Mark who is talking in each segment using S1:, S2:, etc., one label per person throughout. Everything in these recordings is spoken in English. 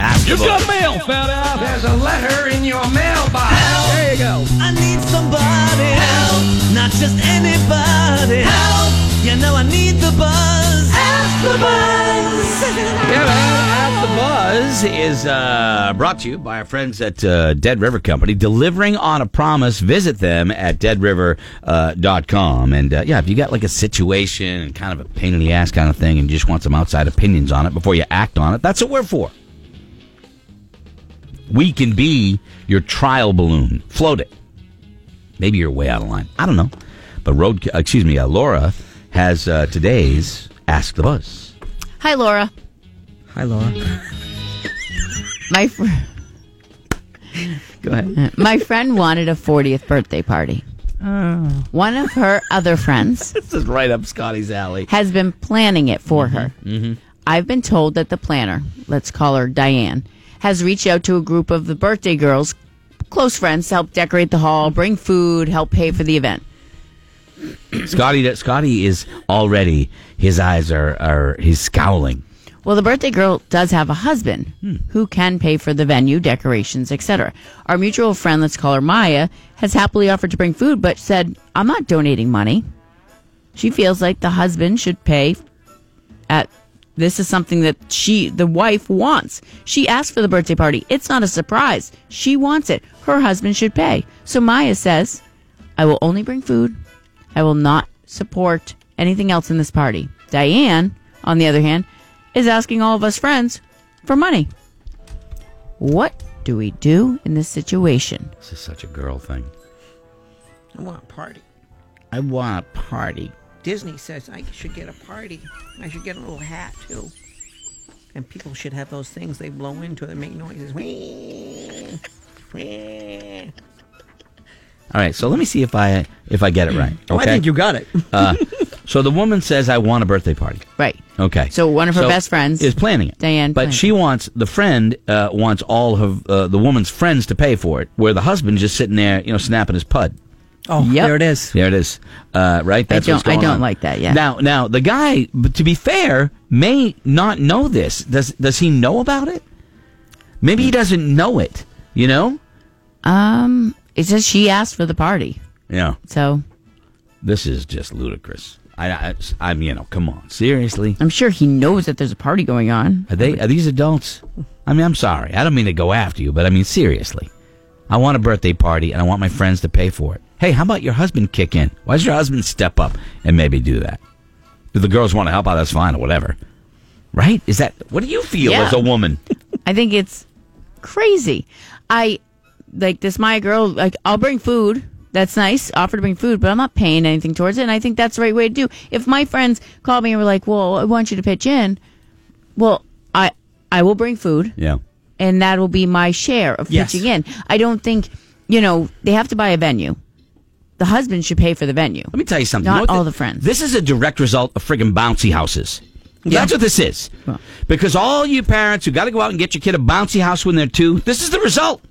S1: Ask
S2: You've
S1: about
S2: got mail, fat ass.
S3: There's a letter in your mailbox.
S4: There you go.
S5: I need somebody help, not just anybody help. You know I need the buzz. Ask the buzz.
S1: Yeah, man. At the Buzz is uh, brought to you by our friends at uh, Dead River Company, delivering on a promise. Visit them at deadriver.com. and uh, yeah, if you got like a situation and kind of a pain in the ass kind of thing and you just want some outside opinions on it before you act on it, that's what we're for. We can be your trial balloon. Float it. Maybe you're way out of line. I don't know. But road, excuse me, uh, Laura has uh, today's Ask the Buzz.
S6: Hi, Laura.
S4: Hi, Laura.
S6: My fr-
S1: Go ahead.
S6: my friend wanted a 40th birthday party. One of her other friends
S1: This is right up Scotty's alley.
S6: has been planning it for her. I've been told that the planner, let's call her Diane, has reached out to a group of the birthday girls, close friends, to help decorate the hall, bring food, help pay for the event.
S1: Scotty Scotty is already his eyes are are he's scowling.
S6: Well, the birthday girl does have a husband who can pay for the venue, decorations, etc. Our mutual friend, let's call her Maya, has happily offered to bring food, but said, I'm not donating money. She feels like the husband should pay at this is something that she the wife wants. She asked for the birthday party. It's not a surprise. She wants it. Her husband should pay. So Maya says, I will only bring food. I will not support anything else in this party. Diane, on the other hand, is asking all of us friends for money. What do we do in this situation?
S1: This is such a girl thing.
S3: I want a party.
S1: I want a party.
S3: Disney says I should get a party. I should get a little hat too. And people should have those things they blow into that make noises. Whee! Whee!
S1: All right, so let me see if I if Oh, I get it right. Uh,
S4: I think you got it.
S1: So the woman says I want a birthday party.
S6: Right.
S1: Okay.
S6: So one of her best friends
S1: is planning it.
S6: Diane
S1: but
S6: planned
S1: she wants the friend uh, wants all of uh, the woman's friends to pay for it, where the husband's just sitting there, you know, snapping his pud.
S4: Oh,
S6: Yep.
S4: there it is.
S1: There it is. Uh, right? That's
S6: don't-
S1: what's going
S6: I don't
S1: on.
S6: like that, yeah.
S1: Now, now the guy, but to be fair, may not know this. Does does he know about it? Maybe he doesn't know it. You know?
S6: Um, it says she asked for the party.
S1: Yeah.
S6: So
S1: This is just ludicrous. I, I I'm you know, come on, seriously.
S6: I'm sure he knows that there's a party going on.
S1: Are they are these adults? I mean, I'm sorry. I don't mean to go after you, but I mean seriously. I want a birthday party and I want my friends to pay for it. Hey, how about your husband kick in? Why does your husband step up and maybe do that? If the girls want to help out, that's fine or whatever. Right? Is that what do you feel
S6: Yeah.
S1: as a woman?
S6: I think it's crazy. I like this Maya girl. Like I'll bring food. That's nice. Offer to bring food, but I'm not paying anything towards it. And I think that's the right way to do. If my friends called me and were like, "Well, I want you to pitch in," well, I I will bring food,
S1: Yeah.
S6: and that will be my share of
S4: Yes.
S6: pitching in. I don't think you know they have to buy a venue. The husband should pay for the venue.
S1: Let me tell you something.
S6: Not
S1: You know what
S6: all the friends.
S1: This is a direct result of friggin' bouncy houses. That's what this is.
S6: Well.
S1: Because all you parents who got to go out and get your kid a bouncy house when they're two, this is the result.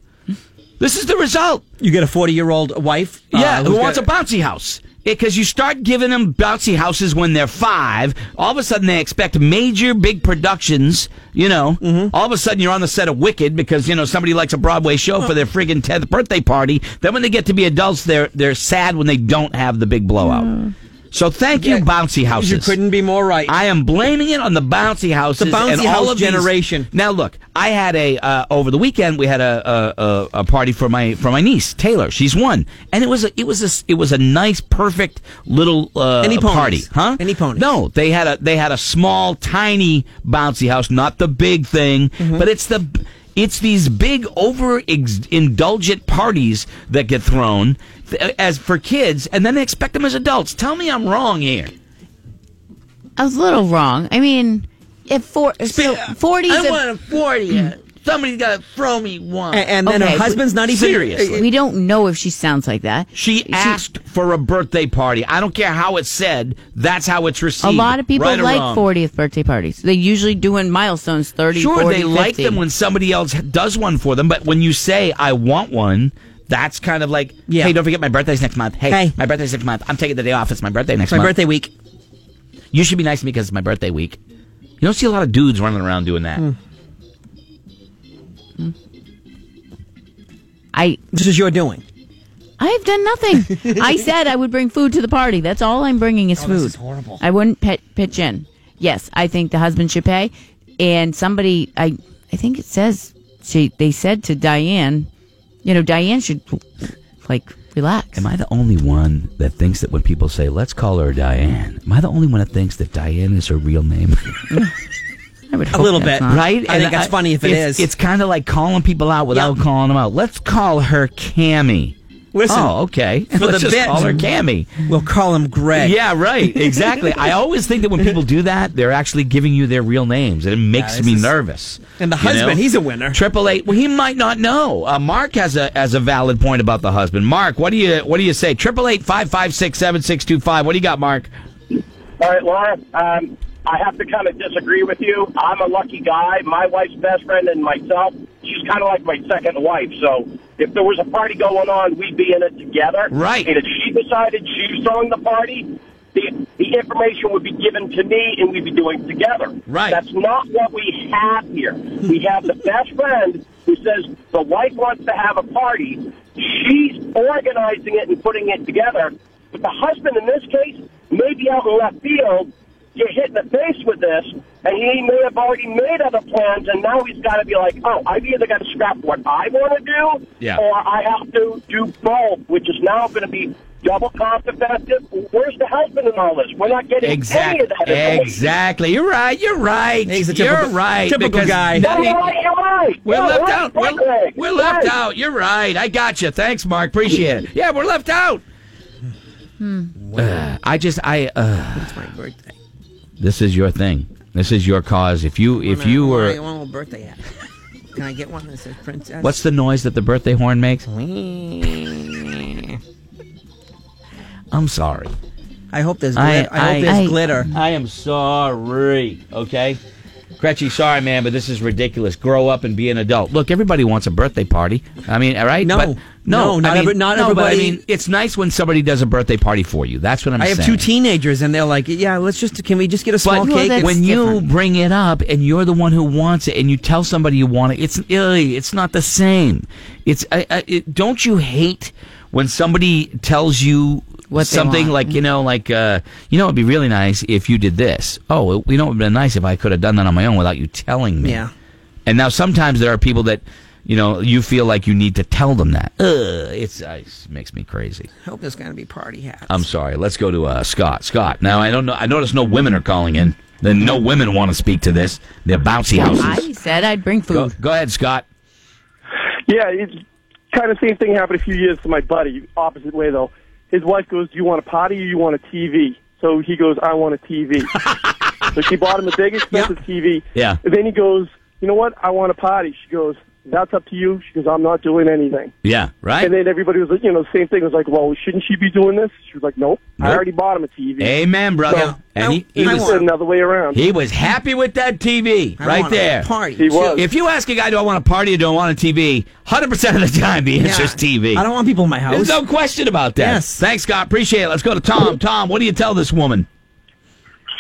S1: This is the result.
S4: You get a 40 year old wife. uh,
S1: Yeah, who
S4: who's
S1: wants a
S4: got-
S1: bouncy house? Because you start giving them bouncy houses when they're five, all of a sudden they expect major big productions. You know,
S4: Mm-hmm.
S1: all of a sudden you're on the set of Wicked because you know somebody likes a Broadway show for their friggin' tenth birthday party. Then when they get to be adults, they're they're sad when they don't have the big blowout. So thank you,
S4: Mm. Yeah,
S1: bouncy houses.
S4: You couldn't be more right.
S1: I am blaming it on the bouncy houses.
S4: The bouncy
S1: and all
S4: house
S1: of these-
S4: generation.
S1: Now look, I had a uh, over the weekend. We had a, a, a, a party for my for my niece Taylor. She's one, and it was a, it was a, s- it was a nice, perfect little uh,
S4: Any ponies?
S1: party, huh?
S4: Any ponies?
S1: No, they had a they had a small, tiny bouncy house, not the big thing,
S4: Mm-hmm.
S1: but it's the. It's these big over ex- indulgent parties that get thrown th- as for kids, and then they expect them as adults. Tell me I'm wrong here.
S6: I was a little wrong. I mean, if for so 40s
S1: I
S6: of-
S1: want a 40. Somebody's got to throw me one.
S4: A- and then
S6: Okay,
S4: her husband's not even.
S1: Seriously.
S6: we don't know if she sounds like that.
S1: she asked for a birthday party. I don't care how it's said. That's how it's
S6: A
S1: received.
S6: lot of people
S1: Right or
S6: like
S1: wrong.
S6: 40th birthday parties. They usually do in milestones 30,
S1: Sure,
S6: 40,
S1: they like
S6: 50.
S1: them when somebody else does one for them, but when you say, I want one, that's kind of like,
S4: Yeah.
S1: hey, don't forget my birthday's next month. Hey,
S4: Hey.
S1: my birthday's next month. I'm taking the day off. It's my birthday next
S4: It's my
S1: month.
S4: birthday week.
S1: You
S6: Hmm.
S1: should be nice to me because it's my birthday week. You don't see a lot of dudes running around doing that.
S6: I
S4: This is your doing.
S6: I've done nothing. I said I would bring food to the party. That's all I'm bringing is food.
S4: Oh, this is horrible.
S6: I wouldn't pet, pitch in. Yes, I think the husband should pay. And somebody, I, I think it says she. They said to Diane, you know, Diane should like relax.
S1: Am I the only one that thinks that when people say, let's call her Diane, am I the only one that thinks that Diane is her real name?
S6: I would
S4: A
S6: hope
S4: little
S6: that's
S4: bit,
S6: not.
S1: right?
S4: I think that's funny if it
S1: it's,
S4: is.
S1: It's kind of like calling people out without
S4: Yep.
S1: calling them out. Let's call her Cammy.
S4: Listen,
S1: oh, okay.
S4: for
S1: Let's
S4: the
S1: just
S4: bit-
S1: call her Cammy.
S4: we'll call him Greg.
S1: Yeah, right. Exactly. I always think that when people do that, they're actually giving you their real names, and it makes
S4: this
S1: me
S4: is-
S1: nervous.
S4: And the
S1: You know?
S4: husband, he's a winner.
S1: Triple eight. Well, he might not know. Uh, Mark has a has a valid point about the husband. Mark, what do you what do you say? Triple eight five five six seven six two five. What do you got, Mark?
S2: All right, Laura. Um, I have to kind of disagree with you. I'm a lucky guy. My wife's best friend and myself, she's kind of like my second wife. So if there was a party going on, we'd be in it together.
S1: Right.
S2: And if she decided she was throwing the party, the, the information would be given to me and we'd be doing it together.
S1: Right.
S2: That's not what we have here. We have the best friend who says the wife wants to have a party. She's organizing it and putting it together. But the husband in this case may be out in left field. You're hit in the face with this, and he may have already made other plans, and now he's got to be like, oh, I've either got to scrap what I want to do,
S1: Yeah.
S2: or I have to do both, which is now going to be double cost effective. Where's the husband in all this? We're not getting any
S1: Exactly.
S2: of that information.
S1: Exactly. You're right. You're right.
S4: He's a
S1: you're
S4: typical-
S1: right.
S4: typical
S1: because
S4: guy.
S1: nothing-
S2: You're right, you're right.
S1: We're
S2: You're
S1: left
S2: right,
S1: out. We're,
S2: Frank.
S1: we're left
S2: Right.
S1: out. You're right. I got you. Thanks, Mark. Appreciate it. Yeah, we're left out.
S4: Hmm.
S1: Uh, I just I uh,
S3: It's my birthday.
S1: this is your thing. This is your cause. If you if you
S3: I
S1: were
S3: want a little birthday hat. Can I get one that says princess?
S1: what's the noise that the birthday horn makes? I'm sorry.
S4: I hope there's
S1: I-
S4: glitter. I, hope
S1: I-
S4: there's
S6: I-
S4: glitter.
S1: I am sorry. Okay. Gretchy, sorry, man, but this is ridiculous. Grow up and be an adult. Look, everybody wants a birthday party. I mean, all right?
S4: No.
S1: But- no,
S4: No, not
S1: I mean,
S4: every- not
S1: no, But I
S4: everybody-
S1: mean, it's nice when somebody does a birthday party for you. That's what I'm
S4: I
S1: saying.
S4: have two teenagers, and they're like, "Yeah, let's just can we just get a small
S1: But
S6: Well,
S4: cake?"
S6: that's
S1: when you
S6: different.
S1: bring it up and you're the one who wants it and you tell somebody you want it, it's ugh, it's not the same. It's I, I, it, don't you hate when somebody tells you
S6: What they
S1: something
S6: want.
S1: like you know like uh, you know it'd be really nice if you did this. Oh, it, you know it'd been nice if I could have done that on my own without you telling me.
S4: Yeah.
S1: And now sometimes there are people that you know you feel like you need to tell them that. Ugh, it's uh, it makes me crazy.
S3: I hope there's going to be party hats.
S1: I'm sorry. Let's go to uh, Scott. Scott. Now I don't know. I notice no women are calling in. Then no women want to speak to this. They're bouncy houses.
S6: I said I'd bring
S1: Go,
S6: food.
S1: go ahead, Scott.
S2: Yeah, it's kind of same thing happened a few years to my buddy. Opposite way though. His wife goes, "Do you want a potty or you want a TV?" So he goes, "I want a TV." so she bought him a big expensive TV.
S1: Yeah.
S2: And then he goes, "You know what? I want a potty." She goes, "That's up to you." She goes, "I'm not doing anything."
S1: Yeah. Right.
S2: And then everybody was like, you know, same thing was like, "Well, shouldn't she be doing this?" She was like, "Nope, I
S1: Nope.
S2: already bought him a TV."
S1: Amen, brother.
S2: Yeah.
S1: And he, he
S2: He
S3: I
S1: was
S2: was another way around.
S1: he was happy with that TV
S3: I
S1: right
S3: want a
S1: there.
S3: Party.
S2: He
S3: too.
S2: was.
S1: If you ask a guy, do I want a party or do I want a TV? Hundred percent of the time, the answer is TV.
S4: I don't want people in my house.
S1: There's no question about that.
S4: Yes.
S1: Thanks, Scott. Appreciate it. Let's go to Tom. Tom, what do you tell this woman?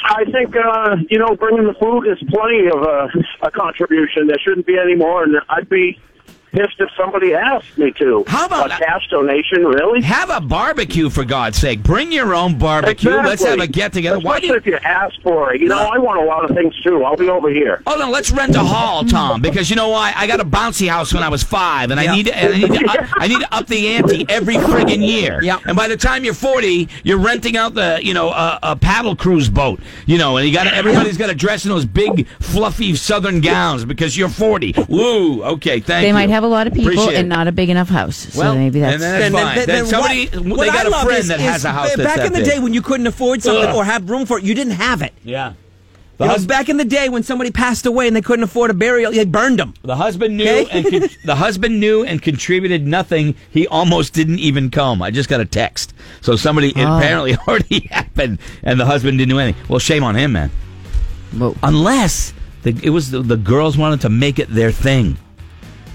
S2: I think uh, you know bringing the food is plenty of uh, a, a contribution. There shouldn't be any more, and I'd be pissed if somebody asked me to.
S1: How about-
S2: a cash donation? Really?
S1: Have a barbecue for God's sake. Bring your own barbecue. Let's
S2: Exactly.
S1: have a get together. Why do
S2: Especially
S1: you
S2: if you ask for it. You know, I want a lot of things too. I'll be over here.
S1: Oh no, let's rent a hall, Tom, because you know why? I got a bouncy house when I was five, and I
S4: Yeah.
S1: need to, and I need to, up, I need to up the ante every friggin' year.
S4: Yeah.
S1: And by the time you're 40, you're renting out the you know a, a paddle cruise boat, you know, and you got to everybody's got to dress in those big fluffy southern gowns because you're 40. Woo. Okay, thank
S6: They
S1: you.
S6: might have a lot of people
S1: Appreciate it.
S6: and not a big enough house. So
S1: Well,
S6: maybe that's
S1: and then- That's fine. Then somebody-
S4: what,
S1: they
S4: what
S1: got
S4: I
S1: a
S4: love
S1: friend
S4: is-
S1: that has
S4: is
S1: a house that's
S4: Back
S1: that
S4: in the
S1: big.
S4: day when you couldn't afford something
S1: Ugh.
S4: or have room for it, you didn't have it.
S1: Yeah. The
S4: You know,
S1: husband-
S4: back in the day when somebody passed away and they couldn't afford a burial, they burned them.
S1: The husband knew
S4: Okay?
S1: and con- the husband knew and contributed nothing. He almost didn't even come. I just got a text. So somebody it apparently already happened, and the husband didn't do anything. Well, shame on him, man.
S6: Whoa.
S1: Unless the, it was the, the girls wanted to make it their thing.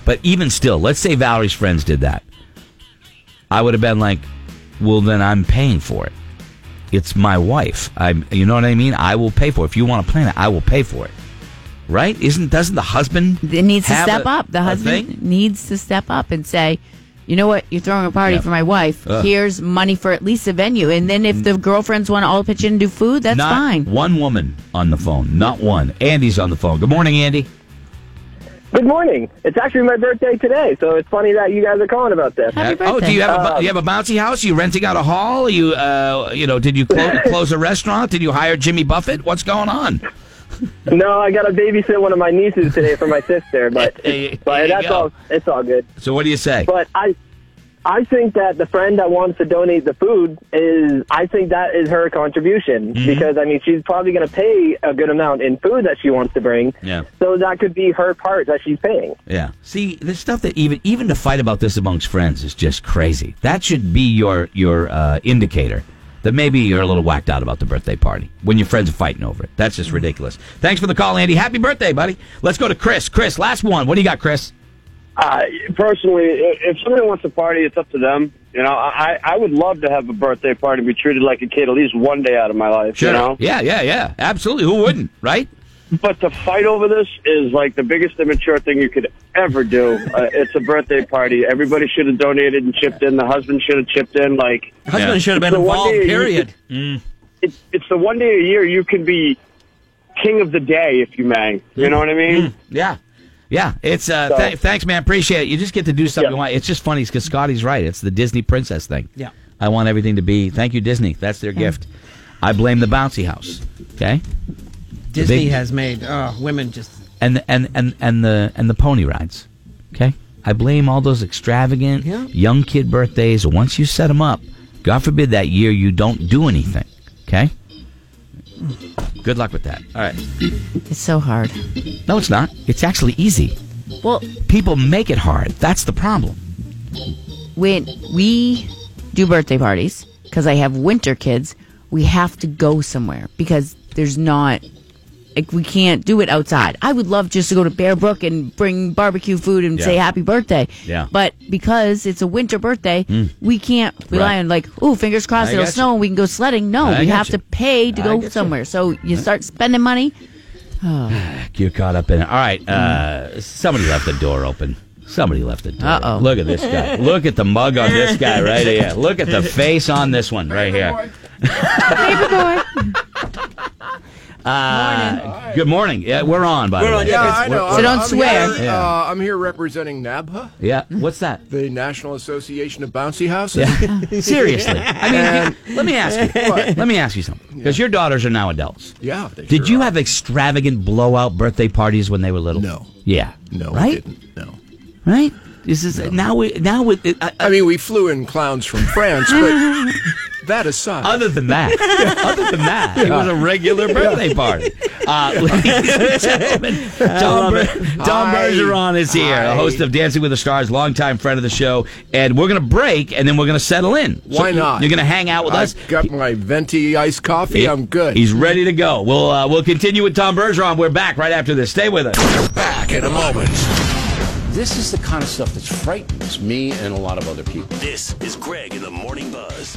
S1: But even still, let's say Valerie's friends did that. I would have been like, "Well, then I'm paying for it. It's my wife. I, you know what I mean? I will pay for it. If you want to plan it, I will pay for it." right? Isn't doesn't the husband
S6: It needs to
S1: have
S6: step
S1: a-
S6: up. The
S1: a
S6: husband
S1: thing?
S6: needs to step up and say, you know what, you're throwing a party
S1: Yeah.
S6: for my wife.
S1: Ugh.
S6: Here's money for at least a venue. And then if the girlfriends want to all pitch in and do food, that's
S1: not
S6: fine.
S1: One woman on the phone, not one. Andy's on the phone. Good morning, Andy.
S7: Good morning. It's actually my birthday today, so it's funny that you guys are calling about this.
S6: Happy
S1: Uh, oh,
S6: birthday.
S1: do you have a, bu- you have a bouncy house? Are you renting out a hall? Are you uh, you know, did you clo- close a restaurant? Did you hire Jimmy Buffett? What's going on?
S7: No, I got to babysit one of my nieces today for my sister, but
S1: There you
S7: but that's
S1: go.
S7: all. It's all good.
S1: So what do you say?
S7: But I I think that the friend that wants to donate the food is I think that is her contribution
S1: Mm-hmm.
S7: because I mean she's probably going to pay a good amount in food that she wants to bring.
S1: Yeah.
S7: So that could be her part that she's paying.
S1: Yeah. See, the stuff that even even to fight about this amongst friends is just crazy. That should be your your uh, indicator that maybe you're a little whacked out about the birthday party when your friends are fighting over it. That's just ridiculous. Thanks for the call, Andy. Happy birthday, buddy. Let's go to Chris. Chris, last one. What do you got, Chris?
S8: Uh, personally, i- if somebody wants to party, it's up to them. You know, I, I would love to have a birthday party and be treated like a kid at least one day out of my life, you know?
S1: Yeah, yeah, yeah. Absolutely. Who wouldn't? Right?
S8: But to fight over this is like the biggest immature thing you could ever do. Uh, it's a birthday party. Everybody should have donated and chipped in. The husband should have chipped in. Like,
S4: Husband
S1: Yeah.
S4: should have been
S8: So one
S4: involved,
S8: day you-
S4: period.
S8: it's, it's the one day a year you can be king of the day, if you may. You know what I
S9: Hmm.
S8: mean?
S1: Yeah. Yeah, it's uh.
S8: So-
S1: th- thanks, man. Appreciate it. You just get to do something.
S8: Yeah.
S1: you want. It's just funny because Scotty's right. It's the Disney princess thing.
S4: Yeah.
S1: I want everything to be. Thank you, Disney. That's their gift. I blame the bouncy house. Okay.
S3: Disney
S1: big-
S3: has made uh, women just.
S1: and the, and, and and the and the pony rides. Okay, I blame all those extravagant
S3: Yeah.
S1: young kid birthdays. Once you set them up, God forbid that year you don't do anything. Okay. Good luck with that. All right.
S6: it's so hard.
S1: No, it's not. It's actually easy.
S6: Well,
S1: People make it hard. That's the problem.
S6: when we do birthday parties, because I have winter kids, we have to go somewhere because there's not, like, we can't do it outside. I would love just to go to Bear Brook and bring barbecue food and say
S1: Yeah.
S6: happy birthday.
S1: Yeah. Hmm.
S6: But because it's a winter birthday, we can't rely
S1: Right.
S6: on, like, oh, fingers crossed
S1: I
S6: it'll
S1: got
S6: snow
S1: you.
S6: and we can go sledding. No,
S1: I
S6: we
S1: got
S6: have
S1: you.
S6: to pay to
S1: I
S6: go
S1: get you.
S6: somewhere. So you start spending money.
S1: You're caught up in it. All right. Uh, somebody left the door open. Somebody left the door.
S6: Uh-oh.
S1: Look at this guy. Look at the mug on this guy right here. Look at the face on this one right here.
S6: Paper boy.
S1: Uh, good morning. Yeah, we're on. By the way.
S9: Yeah, I know.
S6: So don't swear.
S9: Here,
S1: Yeah.
S9: uh, I'm here representing NABHA,
S1: Yeah. What's that?
S9: the National Association of Bouncy Houses.
S1: Yeah. Seriously. I mean, you- let me ask you.
S9: What?
S1: Let me ask you something. Because your daughters are now adults.
S9: Yeah, they sure
S1: Did you
S9: are.
S1: have extravagant blowout birthday parties when they were little?
S9: No.
S1: Yeah.
S9: No, we
S1: Right.
S9: didn't. No.
S1: Right. This is now we now with uh,
S9: I mean, we flew in clowns from France, but that aside,
S1: other than that, other than that, it was a regular birthday party. Uh, ladies and gentlemen, Tom, Ber- Tom
S9: Hi.
S1: Bergeron is here, the
S9: Hi.
S1: host of Dancing with the Stars, longtime friend of the show, and we're going to break and then we're going to settle in. So
S9: why not?
S1: You're going to hang out with
S9: I
S1: us.
S9: Got my venti iced coffee. I'm good.
S1: He's ready to go. We'll uh, we'll continue with Tom Bergeron. We're back right after this. Stay with us.
S9: back in a moment.
S10: This is the kind of stuff that frightens me and a lot of other people.
S11: This is Greg in the Morning Buzz.